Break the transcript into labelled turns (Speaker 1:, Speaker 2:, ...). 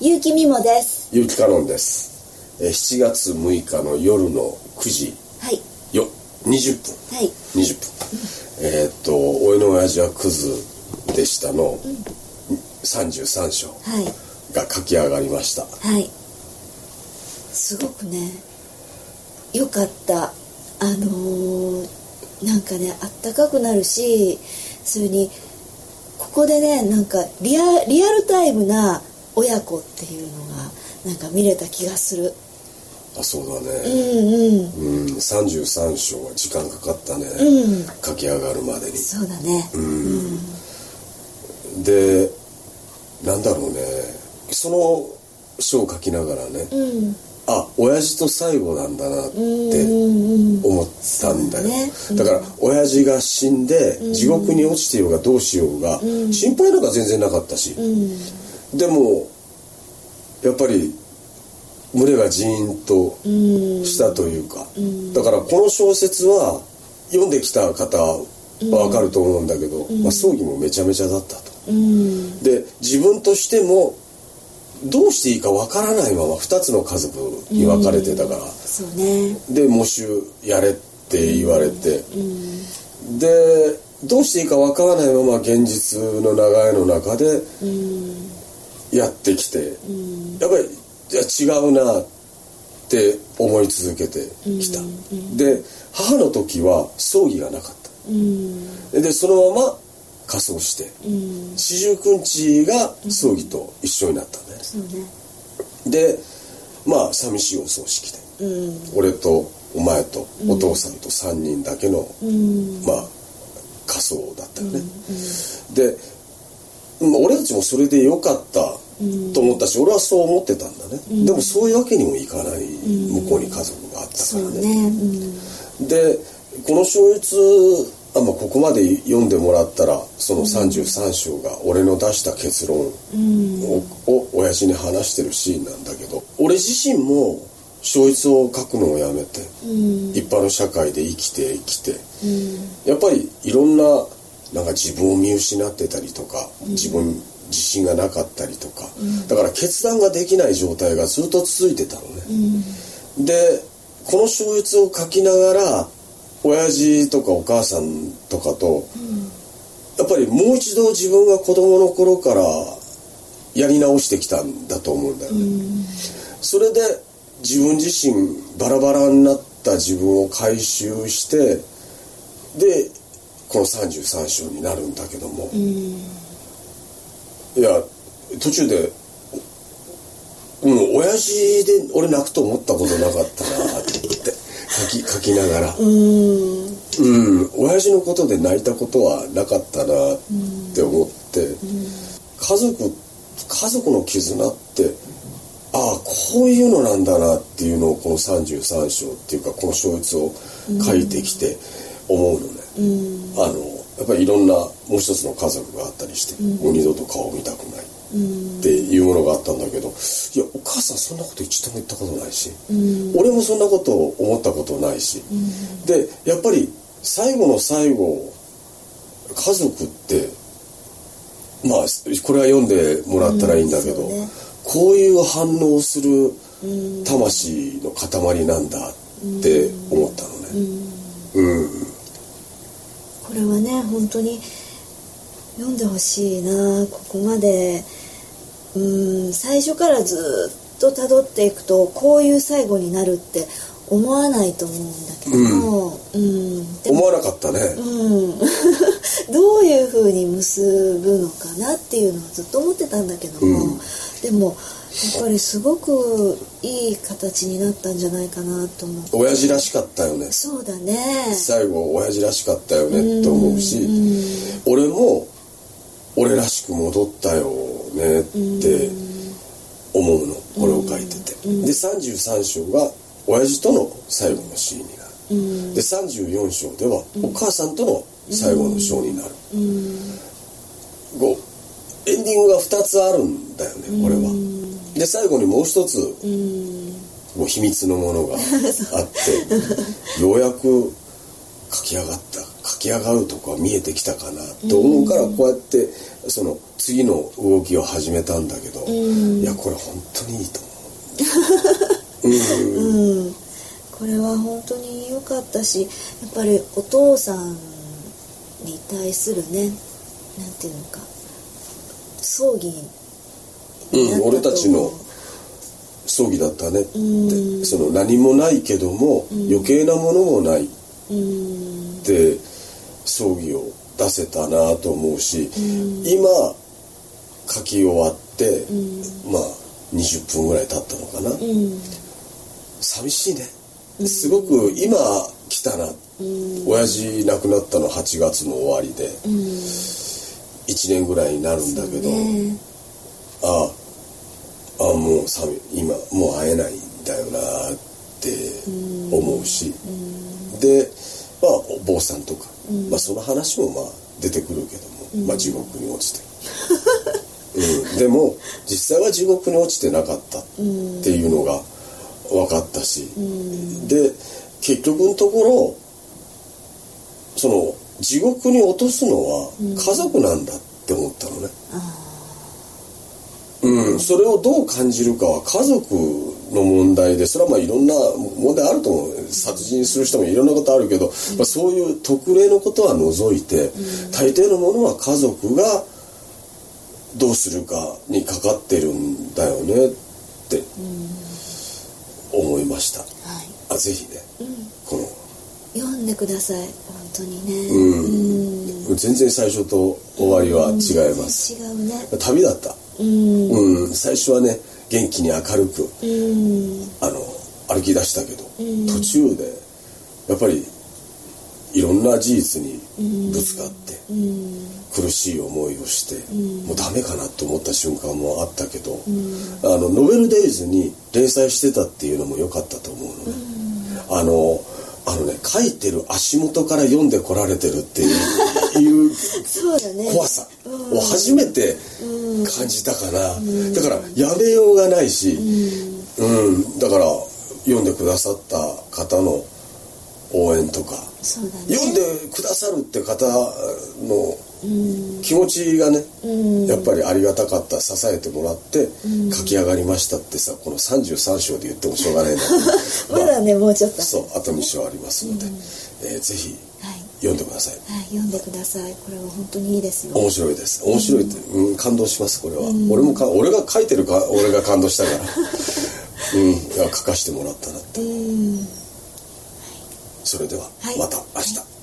Speaker 1: 結城美もです
Speaker 2: ゆうきかのんですえー7月6日の夜の9時
Speaker 1: はい
Speaker 2: よ20分
Speaker 1: はい
Speaker 2: 20分えーっと「俺の親父はクズでしたの」33章
Speaker 1: はい
Speaker 2: が書き上がりました
Speaker 1: はいすごくねよかったあのーなんかねあったかくなるしそれにここでねなんかリアリアルタイムな親子っていうのがなんか見れた気がする
Speaker 2: あそうだ
Speaker 1: う
Speaker 2: ね
Speaker 1: んうん
Speaker 2: うん33章は時間かかったね、
Speaker 1: うん
Speaker 2: 書き上がるまでに
Speaker 1: そうだね
Speaker 2: うんでなんだろうねその章を書きながらね、
Speaker 1: うん
Speaker 2: あ親父と最後なんだな
Speaker 1: う
Speaker 2: っ
Speaker 1: ん
Speaker 2: て
Speaker 1: うんうん
Speaker 2: 思ったんだよ、
Speaker 1: そうだねうん
Speaker 2: だから親父が死んで地獄に落ちてようがどうしようが
Speaker 1: うん
Speaker 2: 心配なんか全然なかったし
Speaker 1: うん
Speaker 2: でもやっぱり胸がジーンと
Speaker 1: うん
Speaker 2: したというか
Speaker 1: ん
Speaker 2: だからこの小説は読んできた方は分かると思うんだけど、まあ、葬儀もめちゃめちゃだったと
Speaker 1: うん
Speaker 2: で自分としてもどうしていいか分からないまま2つの家族に分かれてたから、
Speaker 1: そうね
Speaker 2: で喪主やれって言われて、
Speaker 1: うん
Speaker 2: でどうしていいか分からないまま現実の流れの中で
Speaker 1: うん
Speaker 2: やってきて、
Speaker 1: うん
Speaker 2: やっぱりいや違うなって思い続けてきた、
Speaker 1: うん
Speaker 2: で母の時は葬儀がなかっ
Speaker 1: うん
Speaker 2: たでそのまま仮装して
Speaker 1: うん
Speaker 2: 四十九日が葬儀と一緒になったんだよね、
Speaker 1: そうね
Speaker 2: でまあ寂しいお葬式で
Speaker 1: うん
Speaker 2: 俺とお前とお父さんと3人だけの、
Speaker 1: うん
Speaker 2: まあ仮装だったよね、でまあ俺たちもそれでよかったと思ったし、俺はそう思ってたんだね、でもそういうわけにもいかない向こうに家族があったか
Speaker 1: そ
Speaker 2: ら
Speaker 1: う
Speaker 2: ね,、
Speaker 1: ねうん
Speaker 2: でこの小説あ、まあ、ここまで読んでもらったらその33章が俺の出した結論を,、を親父に話してるシーンなんだけど俺自身も小説を書くのをやめて、
Speaker 1: うん
Speaker 2: 一般の社会で生きて生きて、
Speaker 1: うん
Speaker 2: やっぱりいろんななんか自分を見失ってたりとか、自分に自信がなかったりとか、だから決断ができない状態がずっと続いてたのね、でこの小説を書きながら親父とかお母さんとかと、やっぱりもう一度自分が子供の頃からやり直してきたんだと思うんだよね、それで自分自身バラバラになった自分を回収してでこの33章になるんだけども、いや途中でうん親父で俺泣くと思ったことなかったなって書き書きながら
Speaker 1: うん
Speaker 2: うん親父のことで泣いたことはなかったなって思って、家族家族の絆ってああこういうのなんだなっていうのをこの33章っていうかこの小説を書いてきて思うのね、あのやっぱりいろんなもう一つの家族があったりして、もう二度と顔を見たくないっていうものがあったんだけどいやお母さんそんなこと一度も言ったことないし、俺もそんなことを思ったことないし、でやっぱり最後の最後家族ってまあこれは読んでもらったらいいんだけど、
Speaker 1: うんそうね
Speaker 2: こういう反応をする魂の塊なんだって思ったのね。うん
Speaker 1: これはね本当に読んでほしいなここまでうん最初からずっと辿っていくとこういう最後になるって思わないと思うんだけども、うんで
Speaker 2: 思
Speaker 1: も
Speaker 2: わなかったね、
Speaker 1: うん、 どういうふうに結ぶのかなっていうのはずっと思ってたんだけども、
Speaker 2: うん
Speaker 1: でもやっぱりすごくいい形になったんじゃないかなと思う
Speaker 2: 親父らしかったよね
Speaker 1: そうだね
Speaker 2: 最後親父らしかったよねって思うし俺も俺らしく戻ったよねって思うのこれを書いててで33章が親父との最後のシーンになるで34章ではお母さんとの最後の章になるこうエンディングが2つあるんだよねこれはで最後にもう一つ
Speaker 1: うん
Speaker 2: もう秘 密のものがあってようやく書き上がった書き上がるとこは見えてきたかなと思うからこうやってその次の動きを始めたんだけど、いやこれ本当にいいと思う。うん
Speaker 1: うん、これは本当に良かったしやっぱりお父さんに対するねなんていうのか葬儀になったと
Speaker 2: うん、
Speaker 1: 思う
Speaker 2: 俺たちの葬儀だったねって、
Speaker 1: うん
Speaker 2: その何もないけども、
Speaker 1: ん
Speaker 2: 余計なものもないっ
Speaker 1: うん
Speaker 2: て葬儀を出せたなと思うし、
Speaker 1: うん
Speaker 2: 今書き終わって、
Speaker 1: うん
Speaker 2: まあ20分ぐらい経ったのかな、
Speaker 1: うん
Speaker 2: 寂しいね、すごく今来たな、
Speaker 1: うん
Speaker 2: 親父亡くなったの8月の終わりで
Speaker 1: うん
Speaker 2: 1年ぐらいになるんだけど、
Speaker 1: ね
Speaker 2: あああもうさ今もう会えないんだよなって思うし、で、まあ、お坊さんとか、まあ、その話もまあ出てくるけども、まあ、地獄に落ちて、うん、でも実際は地獄に落ちてなかったっていうのが分かったし、で結局のところその地獄に落とすのは家族なんだって思ったのね。うん、それをどう感じるかは家族の問題でそれはまあいろんな問題あると思う殺人する人もいろんなことあるけど、まあ、そういう特例のことは除いて、大抵のものは家族がどうするかにかかってるんだよねって思いました
Speaker 1: はい
Speaker 2: あぜひね、この
Speaker 1: 読んでください本当にね
Speaker 2: うん
Speaker 1: うん
Speaker 2: 全然最初と終わりは違います、
Speaker 1: 違うね
Speaker 2: 旅だった、
Speaker 1: うん
Speaker 2: うん、最初はね元気に明るく
Speaker 1: うん
Speaker 2: あの歩き出したけど、
Speaker 1: うん
Speaker 2: 途中でやっぱりいろんな事実にぶつかって、
Speaker 1: うん
Speaker 2: 苦しい思いをして、
Speaker 1: うん
Speaker 2: もうダメかなと思った瞬間もあったけど、
Speaker 1: うん
Speaker 2: あのノベルデイズに連載してたっていうのも良かったと思うのね、あのあのね書いてる足元から読んでこられてるってい ういう
Speaker 1: そうだね
Speaker 2: 怖さ
Speaker 1: うん
Speaker 2: を初めて感じたかな、だからやめようがないし、うんだから読んでくださった方の応援とか
Speaker 1: そうだね
Speaker 2: 読んでくださるって方の
Speaker 1: うん
Speaker 2: 気持ちがね、
Speaker 1: うん
Speaker 2: やっぱりありがたかった支えてもらって書き上がりましたってさこの33章で言ってもしょう がないんだけど
Speaker 1: まだねもうちょっと
Speaker 2: そうあと2章ありますので、えーぜひ
Speaker 1: はい
Speaker 2: 読んでください
Speaker 1: はい、読んでください。これは本当にいいですよ。
Speaker 2: 面白いです面白いって、うん、感動しますこれは、俺もか俺が書いてるか俺が感動したからうんいや書かしてもらったなって
Speaker 1: うん。
Speaker 2: それでは、
Speaker 1: はい
Speaker 2: また明日、